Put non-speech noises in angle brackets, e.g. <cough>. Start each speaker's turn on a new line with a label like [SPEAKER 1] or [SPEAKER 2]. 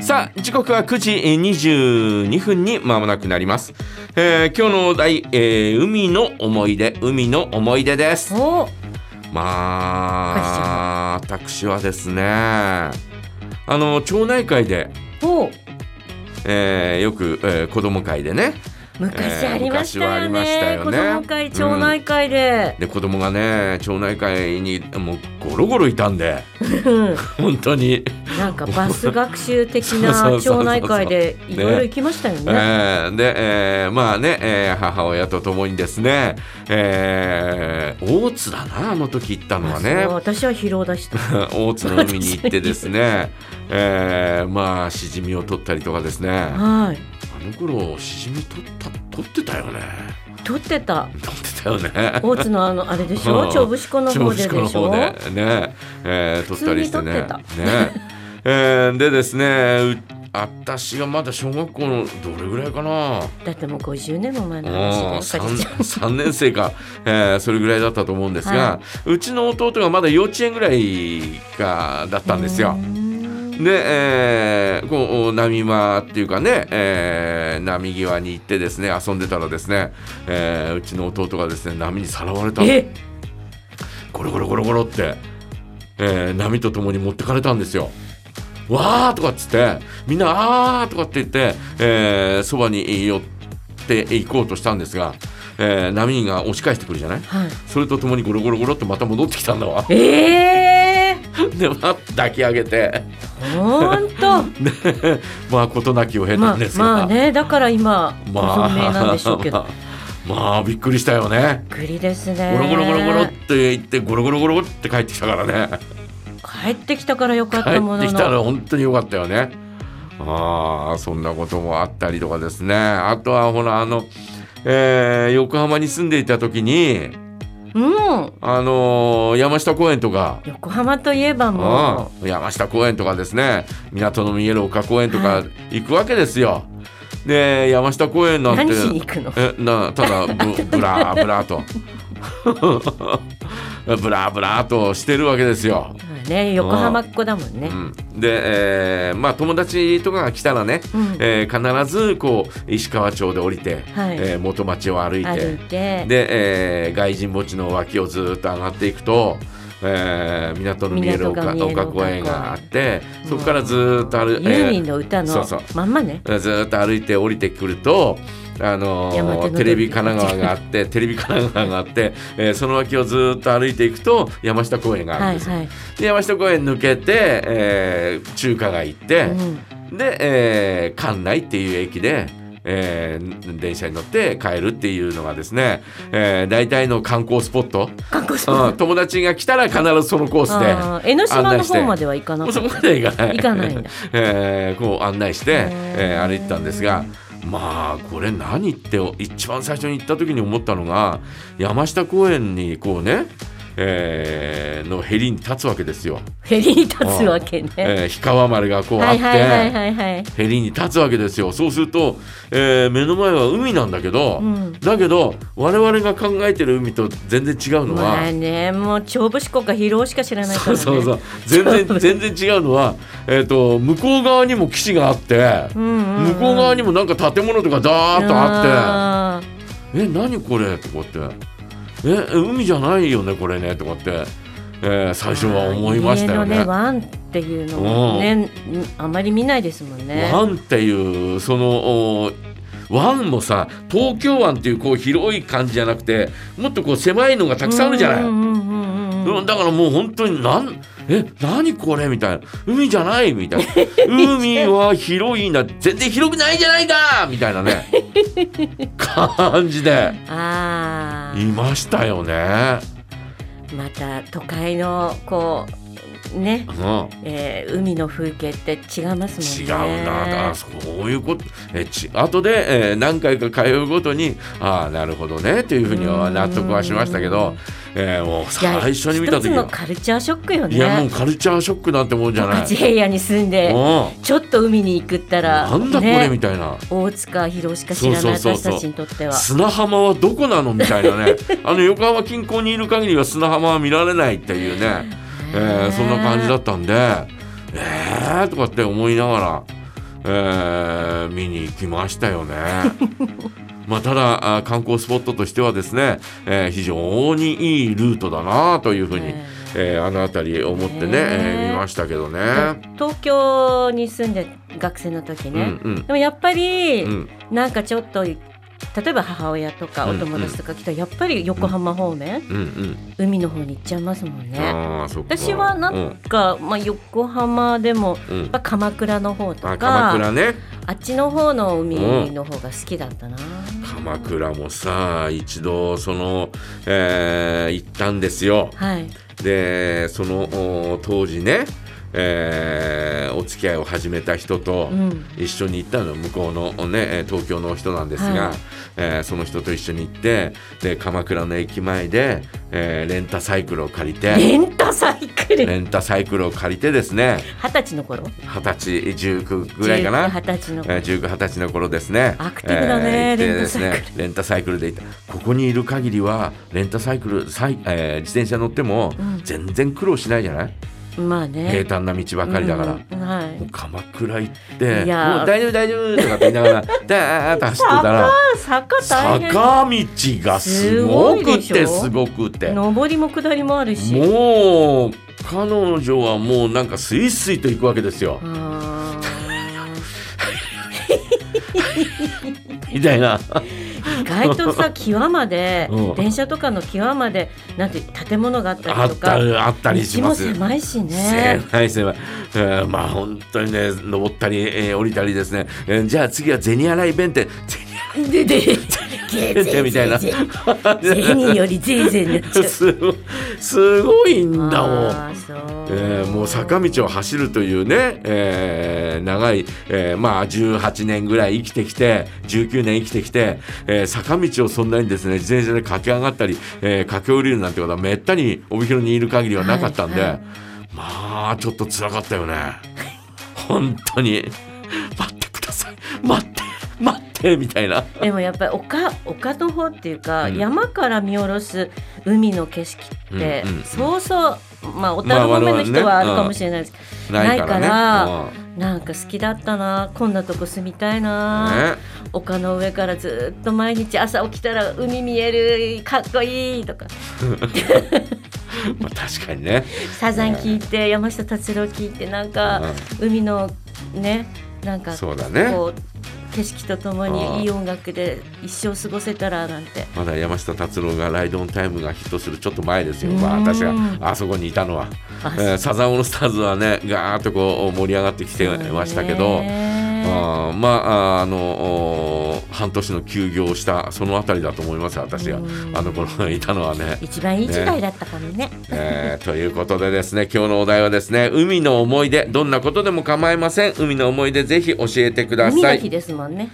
[SPEAKER 1] さあ時刻は9時えー22分に間もなくなります、えー今日のお題、えー海の思い出海の思い出です
[SPEAKER 2] お
[SPEAKER 1] まあ私はですねあの町内会で、
[SPEAKER 2] お
[SPEAKER 1] えーよく、えー子供会でね
[SPEAKER 2] 昔ありま
[SPEAKER 1] えー昔
[SPEAKER 2] した
[SPEAKER 1] はあ
[SPEAKER 2] よ
[SPEAKER 1] り
[SPEAKER 2] ね,、
[SPEAKER 1] ましたよね
[SPEAKER 2] 子供会町内会で、
[SPEAKER 1] で子供がね町内会にもうゴロゴロいたんで <laughs> 本当に、
[SPEAKER 2] なんかバス学習
[SPEAKER 1] <laughs>
[SPEAKER 2] 的
[SPEAKER 1] そうそ
[SPEAKER 2] な
[SPEAKER 1] うそうそう
[SPEAKER 2] 町内会でいろいろ行きましたよ
[SPEAKER 1] え
[SPEAKER 2] ね
[SPEAKER 1] ーで、えーまあね、えー母親と共にですね、えー大津だなあの時行ったのはね
[SPEAKER 2] そう私は疲労
[SPEAKER 1] <laughs>
[SPEAKER 2] だした
[SPEAKER 1] 大津の海に行ってですね、えーまあしじみを取ったりとかですねあ
[SPEAKER 2] はい
[SPEAKER 1] の頃しじみ取った取ってたよね
[SPEAKER 2] 撮ってた
[SPEAKER 1] 取ってたよね
[SPEAKER 2] 大津のあのあれでしょ
[SPEAKER 1] うん
[SPEAKER 2] 調布子湖の方ででしょ
[SPEAKER 1] 調布市区の方でね、えー、撮ったりしてね
[SPEAKER 2] 普通に
[SPEAKER 1] ね、えーでですねう私がまだ小学校のどれぐらいかな
[SPEAKER 2] だってもう50年も前の
[SPEAKER 1] うん
[SPEAKER 2] 話でおかりちゃん
[SPEAKER 1] 3 3年生か、えーそれぐらいだったと思うんですが、うちの弟がまだ幼稚園ぐらいかだったんですよ
[SPEAKER 2] う。ん
[SPEAKER 1] で、えーこう波間っていうかね、えー波際に行ってですね遊んでたらですね、えーうちの弟がですね波にさらわれたの
[SPEAKER 2] <laughs> え
[SPEAKER 1] ゴロゴロゴロゴロって、えー波とともに持ってかれたんですよ。わーとかっつってみんな「あー」とかって言って、えーそばに寄って行こうとしたんですが、えー波が押し返してくるじゃない
[SPEAKER 2] はい
[SPEAKER 1] それとともにゴロゴロゴロってまた戻ってきたんだわ <laughs>
[SPEAKER 2] え
[SPEAKER 1] でまあ抱き上げて
[SPEAKER 2] ー、ほん
[SPEAKER 1] <laughs>
[SPEAKER 2] と
[SPEAKER 1] まあ事なきを経た
[SPEAKER 2] まあ
[SPEAKER 1] んですが、
[SPEAKER 2] まあねだから今ご
[SPEAKER 1] まあ
[SPEAKER 2] 存命なんでしょうけど、
[SPEAKER 1] まあ <laughs> まあびっくりしたよね
[SPEAKER 2] びっくりですね
[SPEAKER 1] ゴロゴロゴロゴロって言ってゴロゴロゴロって帰ってきたからね
[SPEAKER 2] 帰ってきたからよかっ
[SPEAKER 1] 帰
[SPEAKER 2] たも
[SPEAKER 1] っ
[SPEAKER 2] の
[SPEAKER 1] て
[SPEAKER 2] の
[SPEAKER 1] きたら本当に良かったよね。ああそんなこともあったりとかですねあとはほらあの、えー横浜に住んでいた時に
[SPEAKER 2] うん
[SPEAKER 1] あのー山下公園とか。
[SPEAKER 2] 横浜といえばも
[SPEAKER 1] うん山下公園とかですね港の見える丘公園と
[SPEAKER 2] は
[SPEAKER 1] か行くわけですよ。で山下公園
[SPEAKER 2] う
[SPEAKER 1] なんて
[SPEAKER 2] 何しに行くの
[SPEAKER 1] えなた
[SPEAKER 2] <laughs>
[SPEAKER 1] だぶぶらぶらと <laughs> ぶらぶらとしてるわけですよ。
[SPEAKER 2] ね横浜っ子だもんね
[SPEAKER 1] うん、で、えーまあ友達とかが来たらね、
[SPEAKER 2] うん
[SPEAKER 1] えー必ずこう石川町で降りて、
[SPEAKER 2] はい
[SPEAKER 1] えー元町を歩いて
[SPEAKER 2] 歩いて
[SPEAKER 1] で、えー外人墓地の脇をずっと上がっていくと。えー港の見える丘
[SPEAKER 2] 港が見える丘
[SPEAKER 1] 丘公園があってそこからずっと歩い
[SPEAKER 2] ユーミンの歌
[SPEAKER 1] そ
[SPEAKER 2] の
[SPEAKER 1] うそう
[SPEAKER 2] まんまね
[SPEAKER 1] ずーっと歩いて降りてくると、あのー
[SPEAKER 2] 山手の
[SPEAKER 1] テレビ神奈川があってテレビ神奈川があって、えーその脇をずーっと歩いていくと山下公園がある
[SPEAKER 2] は
[SPEAKER 1] ん
[SPEAKER 2] い
[SPEAKER 1] ですよ、
[SPEAKER 2] はい
[SPEAKER 1] で山下公園抜けて、えー中華街行って、で、えー関内っていう駅で。えー電車に乗って帰るっていうのがですね、えー大体の観光スポット、
[SPEAKER 2] 観光スポ
[SPEAKER 1] う
[SPEAKER 2] ッ
[SPEAKER 1] ん、友達が来たら必ずそのコースで
[SPEAKER 2] ト江ノ島の方までは行かな
[SPEAKER 1] も
[SPEAKER 2] か
[SPEAKER 1] う
[SPEAKER 2] っ
[SPEAKER 1] そ
[SPEAKER 2] た
[SPEAKER 1] こまで行かない
[SPEAKER 2] 行かないんだ
[SPEAKER 1] えーこう案内して、え
[SPEAKER 2] へー
[SPEAKER 1] ー歩いてたんですがまあこれ何って一番最初に行った時に思ったのが山下公園にこうね、えーのヘリに立つわけですよ。
[SPEAKER 2] フェリーに立つわけね
[SPEAKER 1] えー、氷川丸がこうあ
[SPEAKER 2] は
[SPEAKER 1] っ
[SPEAKER 2] いはいはい
[SPEAKER 1] て
[SPEAKER 2] はいはい
[SPEAKER 1] ヘリに立つわけですよそうすると、えー目の前は海なんだけど、
[SPEAKER 2] うん
[SPEAKER 1] だけど我々が考えてる海と全然違うのは、
[SPEAKER 2] まあねもう調布市国か疲労しか知らないか
[SPEAKER 1] そ
[SPEAKER 2] ら
[SPEAKER 1] う
[SPEAKER 2] ね
[SPEAKER 1] そうそう全然全然違うのは、えー、と向こう側にも基地があって、
[SPEAKER 2] うんうん
[SPEAKER 1] 向こう側にもなんか建物とかダーッとあ
[SPEAKER 2] あって
[SPEAKER 1] って「え何これ?」とかって「え海じゃないよねこれね」とかって、えー最初は思いましたよ
[SPEAKER 2] 家の
[SPEAKER 1] ね
[SPEAKER 2] ね。ワンっていうのもね、んあまり見ないですもんね。
[SPEAKER 1] 湾っていうそのお湾もさ東京湾っていうこう広い感じじゃなくてもっとこう狭いのがたくさんあるじゃない。
[SPEAKER 2] うんうんうんうんうん
[SPEAKER 1] うんだからもう本当になんえ何これみたいな海じゃないみ
[SPEAKER 2] <laughs>
[SPEAKER 1] たいな海は広いな全然広くないじゃないかみたいな
[SPEAKER 2] <laughs>
[SPEAKER 1] ね感じで
[SPEAKER 2] あ
[SPEAKER 1] いましたよね。
[SPEAKER 2] あ、また都会のこうね
[SPEAKER 1] う、ん
[SPEAKER 2] えー、海の風景って違います
[SPEAKER 1] 違う
[SPEAKER 2] もんね。
[SPEAKER 1] なあそういうことえち後で、えー何回か通うごとにああなるほどねというふうには納得はしましたけど、えーもう
[SPEAKER 2] いや
[SPEAKER 1] 最初に見た時
[SPEAKER 2] 一つの
[SPEAKER 1] は
[SPEAKER 2] カルチャーショックよね。
[SPEAKER 1] いやもうカルチャーショックなんてもんじゃ
[SPEAKER 2] 十
[SPEAKER 1] ない。
[SPEAKER 2] 勝平野に住んで
[SPEAKER 1] う
[SPEAKER 2] ちょっと海に行くった
[SPEAKER 1] ん、
[SPEAKER 2] ら
[SPEAKER 1] なんだこれみたいな。
[SPEAKER 2] 大塚広しか知らない
[SPEAKER 1] そうそう
[SPEAKER 2] 私
[SPEAKER 1] そうそう
[SPEAKER 2] たちにとっては。
[SPEAKER 1] 砂浜はどこなのみたいなねあの横浜近郊にいる限りは砂浜は見られないっていうね、えーそんな感じだったんでえーとかって思いながらえー見に行きましたよね。まあ、ただあ観光スポットとしてはですね、えー非常にいいルートだなというふうに、
[SPEAKER 2] え
[SPEAKER 1] えーあの辺り思ってね、
[SPEAKER 2] ね
[SPEAKER 1] えー見ましたけどね。
[SPEAKER 2] 東京に住んで学生の時
[SPEAKER 1] うん
[SPEAKER 2] ね、
[SPEAKER 1] うん
[SPEAKER 2] でもやっぱり、
[SPEAKER 1] うん
[SPEAKER 2] なんかちょっと例えば母親とかお友達とか来たらやっぱり横浜方面、
[SPEAKER 1] うんうん
[SPEAKER 2] 海の方に行っちゃいますもんね。
[SPEAKER 1] あーそっか
[SPEAKER 2] 私はな
[SPEAKER 1] うんん
[SPEAKER 2] か、まあ、横浜でも
[SPEAKER 1] うん
[SPEAKER 2] やっぱ鎌倉の方とか
[SPEAKER 1] あ
[SPEAKER 2] あ
[SPEAKER 1] 鎌倉ね
[SPEAKER 2] っちの方の海の方が好きだったな。
[SPEAKER 1] 鎌倉もさ一度その、えー行ったんですよ
[SPEAKER 2] はい、
[SPEAKER 1] でそのお当時ね、えーお付き合いを始めた人と
[SPEAKER 2] うん
[SPEAKER 1] 一緒に行ったの向こうの、ね、えー東京の人なんですが、
[SPEAKER 2] はい
[SPEAKER 1] えーその人と一緒に行ってで鎌倉の駅前で、えーレンタサイクルを借りて
[SPEAKER 2] レンタサイクル
[SPEAKER 1] レンタサイクルを借りてですね
[SPEAKER 2] 二十歳の頃
[SPEAKER 1] 二十歳19ぐらいかな
[SPEAKER 2] 19。二十歳の頃
[SPEAKER 1] えー、19、20歳の頃ですね。
[SPEAKER 2] アクティブだね
[SPEAKER 1] えー行ってです
[SPEAKER 2] レンタサ
[SPEAKER 1] ね
[SPEAKER 2] イク、
[SPEAKER 1] レンタサイクルで行った。ここにいる限りは、レンタサイクル、サイえー自転車乗っても
[SPEAKER 2] うん、
[SPEAKER 1] 全然苦労しないじゃない、
[SPEAKER 2] まあね
[SPEAKER 1] 平坦な道ばかりだから。
[SPEAKER 2] うんはい
[SPEAKER 1] もう鎌倉行って、
[SPEAKER 2] いやー
[SPEAKER 1] もう大丈夫大丈夫とかって言いながら、ダーッと走ってたら、
[SPEAKER 2] 坂大変
[SPEAKER 1] 坂道がすごくて、す
[SPEAKER 2] す
[SPEAKER 1] ごくて。
[SPEAKER 2] 上りも下りもあるし
[SPEAKER 1] もう、彼女はもうなんかスイスイと行くわけですよ。
[SPEAKER 2] あー
[SPEAKER 1] みたいな。
[SPEAKER 2] 意外とさ際ま
[SPEAKER 1] <laughs>
[SPEAKER 2] で
[SPEAKER 1] うん
[SPEAKER 2] 電車とかの際までなんて建物があった
[SPEAKER 1] あ
[SPEAKER 2] り
[SPEAKER 1] っ
[SPEAKER 2] とか
[SPEAKER 1] たり、あったりします。
[SPEAKER 2] 道も狭いし
[SPEAKER 1] <laughs>
[SPEAKER 2] ね
[SPEAKER 1] 狭い狭い、えーまあ本当にね登ったり、えー降りたりですね、えーじゃあ次は銭洗弁
[SPEAKER 2] <laughs>
[SPEAKER 1] 天
[SPEAKER 2] でで
[SPEAKER 1] 銭洗弁天みたいな
[SPEAKER 2] 銭よりぜいぜい
[SPEAKER 1] <laughs>
[SPEAKER 2] になっちゃう
[SPEAKER 1] すごいすごいんだもん。
[SPEAKER 2] あーそう
[SPEAKER 1] えーもう坂道を走るというね、えー長い、えーまあ18年ぐらい生きてきて19年生きてきて、えー坂道をそんなにですね自転車で駆け上がったり、えー駆け下りるなんてことはめったに帯広にいる限りはなかったんで、
[SPEAKER 2] はいはい
[SPEAKER 1] まあちょっと辛かったよね本当に待ってください待って待ってみたいな
[SPEAKER 2] でもやっぱり丘丘の方っていうか、
[SPEAKER 1] うん
[SPEAKER 2] 山から見下ろす海の景色って、
[SPEAKER 1] うんうんうん
[SPEAKER 2] そうそうまあ小樽方面の人はあるかもしれないですけど、
[SPEAKER 1] ないからね。
[SPEAKER 2] ないから
[SPEAKER 1] うん
[SPEAKER 2] なんか好きだったなこんなとこ住みたい
[SPEAKER 1] ね
[SPEAKER 2] な、丘の上からずっと毎日朝起きたら海見えるかっこいいとか
[SPEAKER 1] まあ、確かにね、
[SPEAKER 2] サザン聞いて、山下達郎聞いてなんか、海のねな
[SPEAKER 1] う
[SPEAKER 2] んか
[SPEAKER 1] ん、そうだね
[SPEAKER 2] こう景色ととも
[SPEAKER 1] うん
[SPEAKER 2] にいい音楽で一生過ごせたらなんて。
[SPEAKER 1] まだ山下達郎が「ライドオンタイム」がヒットするちょっと前ですよ、
[SPEAKER 2] うん
[SPEAKER 1] まあ、私があそこにいたのは、
[SPEAKER 2] あ
[SPEAKER 1] えーサザンオールスターズはねガーッとこう盛り上がってきてましたけど、
[SPEAKER 2] ね
[SPEAKER 1] あーまあああのおー半年の休業をしたそのあたりだと思います私が
[SPEAKER 2] うん
[SPEAKER 1] あの頃いたのはね。
[SPEAKER 2] 一番いい時代だったかもね。
[SPEAKER 1] えーということでですね今日のお題はですね海の思い出どんなことでも構いません海の思い出ぜひ教えてくだ
[SPEAKER 2] 海
[SPEAKER 1] さ
[SPEAKER 2] の
[SPEAKER 1] い
[SPEAKER 2] 日ですもんね。